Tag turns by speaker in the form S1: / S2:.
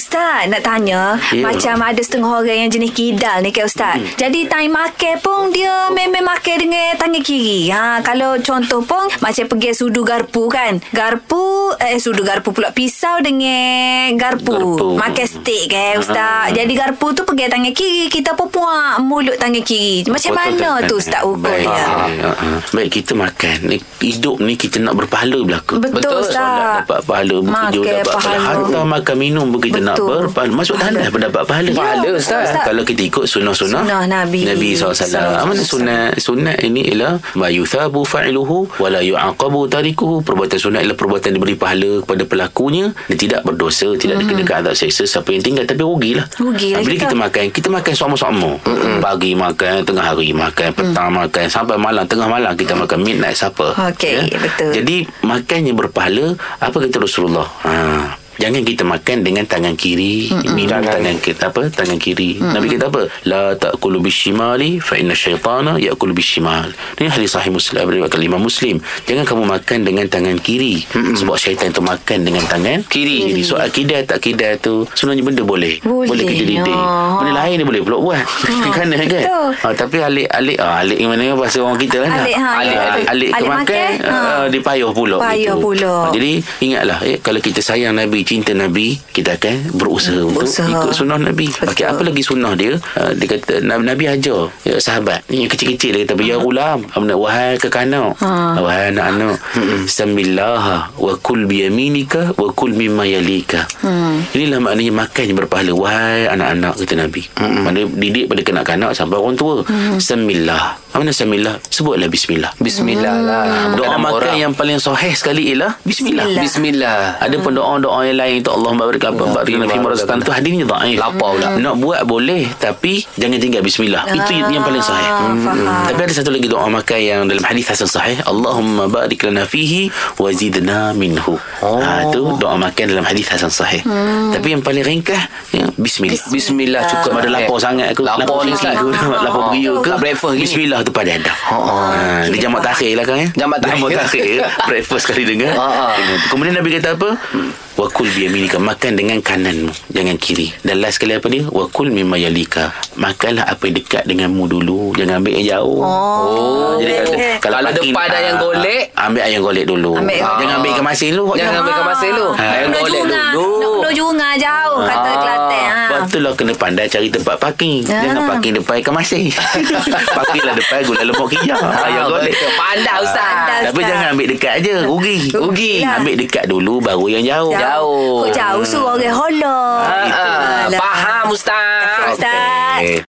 S1: Ustaz nak tanya
S2: Ya.
S1: Macam ada setengah orang yang jenis kidal ni ke Ustaz hmm. Jadi tangan makan pun dia memang makan dengan tangan kiri ha, Kalau contoh pun macam pergi sudu garpu kan Garpu, eh sudu garpu pula pisau dengan garpu,
S2: Garpu.
S1: Makan steak ke Ustaz
S2: Ah.
S1: Jadi garpu tu pergi tangan kiri Kita pun puak mulut tangan kiri Macam mana
S2: Betul,
S1: tu
S2: kan?
S1: Ustaz
S2: Baik.
S1: hukumnya
S2: Ha, ha, ha. Baik kita makan Ni, Hidup ni kita nak berpahala belaka
S1: Betul, Ustaz.
S2: Solat dapat pahala Bekerja
S1: Makan
S2: dapat pahala
S1: pahala.
S2: Hantar makan minum pun kita nak
S1: Betul.
S2: berpahala Masuk tanah pun dapat pahala
S1: Ya, Pahala, Ustaz. Ustaz.
S2: Kalau kita ikut sunnah-sunnah
S1: Sunnah Nabi.
S2: Nabi
S1: Sallallahu
S2: SAW Mana
S1: alaihi
S2: sunnah Sunnah ini ialah Ma yuthabu fa'iluhu Wa la yu'aqabu tarikuhu Perbuatan sunnah ialah perbuatan diberi pahala Kepada pelakunya Dan tidak berdosa Tidak dikenakan azab seksa Siapa yang tinggal Tapi rugilah
S1: Rugilah
S2: Ha, Bila
S1: kita.
S2: kita makan Kita makan sama-sama Pagi makan Tengah hari makan Petang makan Sampai malam Tengah malam kita makan Midnight supper
S1: Okey, betul.
S2: Ya. Jadi makan yang berpahala Apa kata Rasulullah ha. Jangan kita makan dengan tangan kiri, minum tangan kiri apa? Tangan kiri. Nabi kata apa? La ta'kulu bishimali fa inna syaitana ya'kulu bishimal. Ini hadis sahih Muslim diriwayatkan Imam Muslim. Jangan kamu makan dengan tangan kiri sebab syaitan itu makan dengan tangan kiri. kiri. So akidah tak akidah tu sebenarnya benda boleh.
S1: Boleh.
S2: boleh kita didik.
S1: Ya.
S2: Benda lain dia boleh pula buat. Ha. kan kan?
S1: betul.
S2: Ha, tapi alik alik ah alik yang mana bahasa orang kita lah.
S1: Alik, ha, ya.
S2: alik, alik, alik,
S1: Alik
S2: kemakan
S1: makan, ha.
S2: ah, dia payuh pula.
S1: Payuh
S2: gitu.
S1: pula.
S2: Ha, jadi ingatlah eh, kalau kita sayang Nabi, cinta Nabi, kita akan berusaha,
S1: Berusaha.
S2: untuk ikut sunnah Nabi.
S1: Betul.
S2: Okey, apa lagi sunnah dia? Ah, dia kata Nabi, Nabi ajar ya, sahabat yang kecil-kecil dia kata ya gulam, amna wahai kekanak.
S1: Ha.
S2: Wahai anak-anak, samillaha wa kul bi yaminika wa kul mimma yalika. Inilah maknanya makan yang berpahala wahai anak-anak kata Nabi. Hmm. Mana didik pada kanak-kanak sampai orang tua. Hmm. Semillah. Apa Mana semillah? Sebutlah bismillah.
S3: Bismillah lah
S2: Doa makan
S3: Bukan nama orang.
S2: yang ya. paling sahih sekali ialah bismillah.
S1: Bismillah.
S3: Bismillah
S2: Ada pun doa-doa yang lain tu Allah barik apa
S3: Hmm. Ya,
S2: Mbak Rina
S3: terima
S2: Fimar Rastan tu hadisnya dhaif.
S3: Lapar pula.
S2: Nak buat boleh tapi jangan tinggal bismillah. Itu
S1: Ah,
S2: yang paling sahih. Hmm,
S1: faham.
S2: Tapi ada satu lagi doa makan yang dalam hadis hasan sahih, Allahumma barik lana fihi wa zidna minhu.
S3: Oh.
S2: Ha
S3: Hmm.
S2: tu doa makan dalam hadis hasan sahih. Tapi yang paling ringkas ya, bismillah.
S3: Bismillah cukup
S2: Kalau ada lapar sangat ke
S3: Ah, eh, Lapar ni, Ustaz.
S2: sikit ke
S3: Ah.
S2: Lapar periuk ke
S3: Tak breakfast gini.
S2: Bismillah tu pada ada
S3: ah.
S2: ha, Dia jamak takhir lah kan ya?
S3: Jamak takhir.
S2: Jamak takhir Breakfast kali dengar
S3: Ah, ah.
S2: Dengan tu. Kemudian Nabi kata apa
S3: Hmm.
S2: Wakul biyaminika Makan dengan kananmu Jangan kiri Dan last sekali apa dia Wakul mimma yalika Makanlah apa yang dekat denganmu dulu Jangan ambil yang jauh
S1: Oh,
S2: Jadi kalau,
S1: boleh.
S3: Kalau
S2: makin,
S3: depan ada
S2: ah,
S3: yang golek,
S2: Ambil ayam golek dulu Ah.
S1: Ambil.
S2: Jangan ambil ikan masin lu
S3: Jangan ambil ikan masin lu.
S1: Ah.
S2: Ayam
S1: Nak
S3: golek
S1: jungah,
S3: dulu.
S1: Nak kena jungah jauh Kata
S3: Ah.
S1: Kelantan ha.
S2: Sebab tu lah kena pandai cari tempat parking.
S1: Ah.
S2: Jangan parking depan ikan masin. Parkinglah depan gula lemak hijau. Ayam golek.
S3: Ah, Pandai Ustaz
S1: Pandai.
S2: Ah, Tapi
S1: Ustaz.
S2: jangan ambil dekat je Rugi
S1: Rugi lah.
S2: Ambil dekat dulu Baru yang jauh Hmm.
S1: Kau
S3: Jauh.
S1: jauh suruh orang holok.
S3: Ah, ah.
S1: Alah.
S3: Faham
S1: Terima kasih,
S3: Ustaz
S1: Ustaz.
S2: Okey.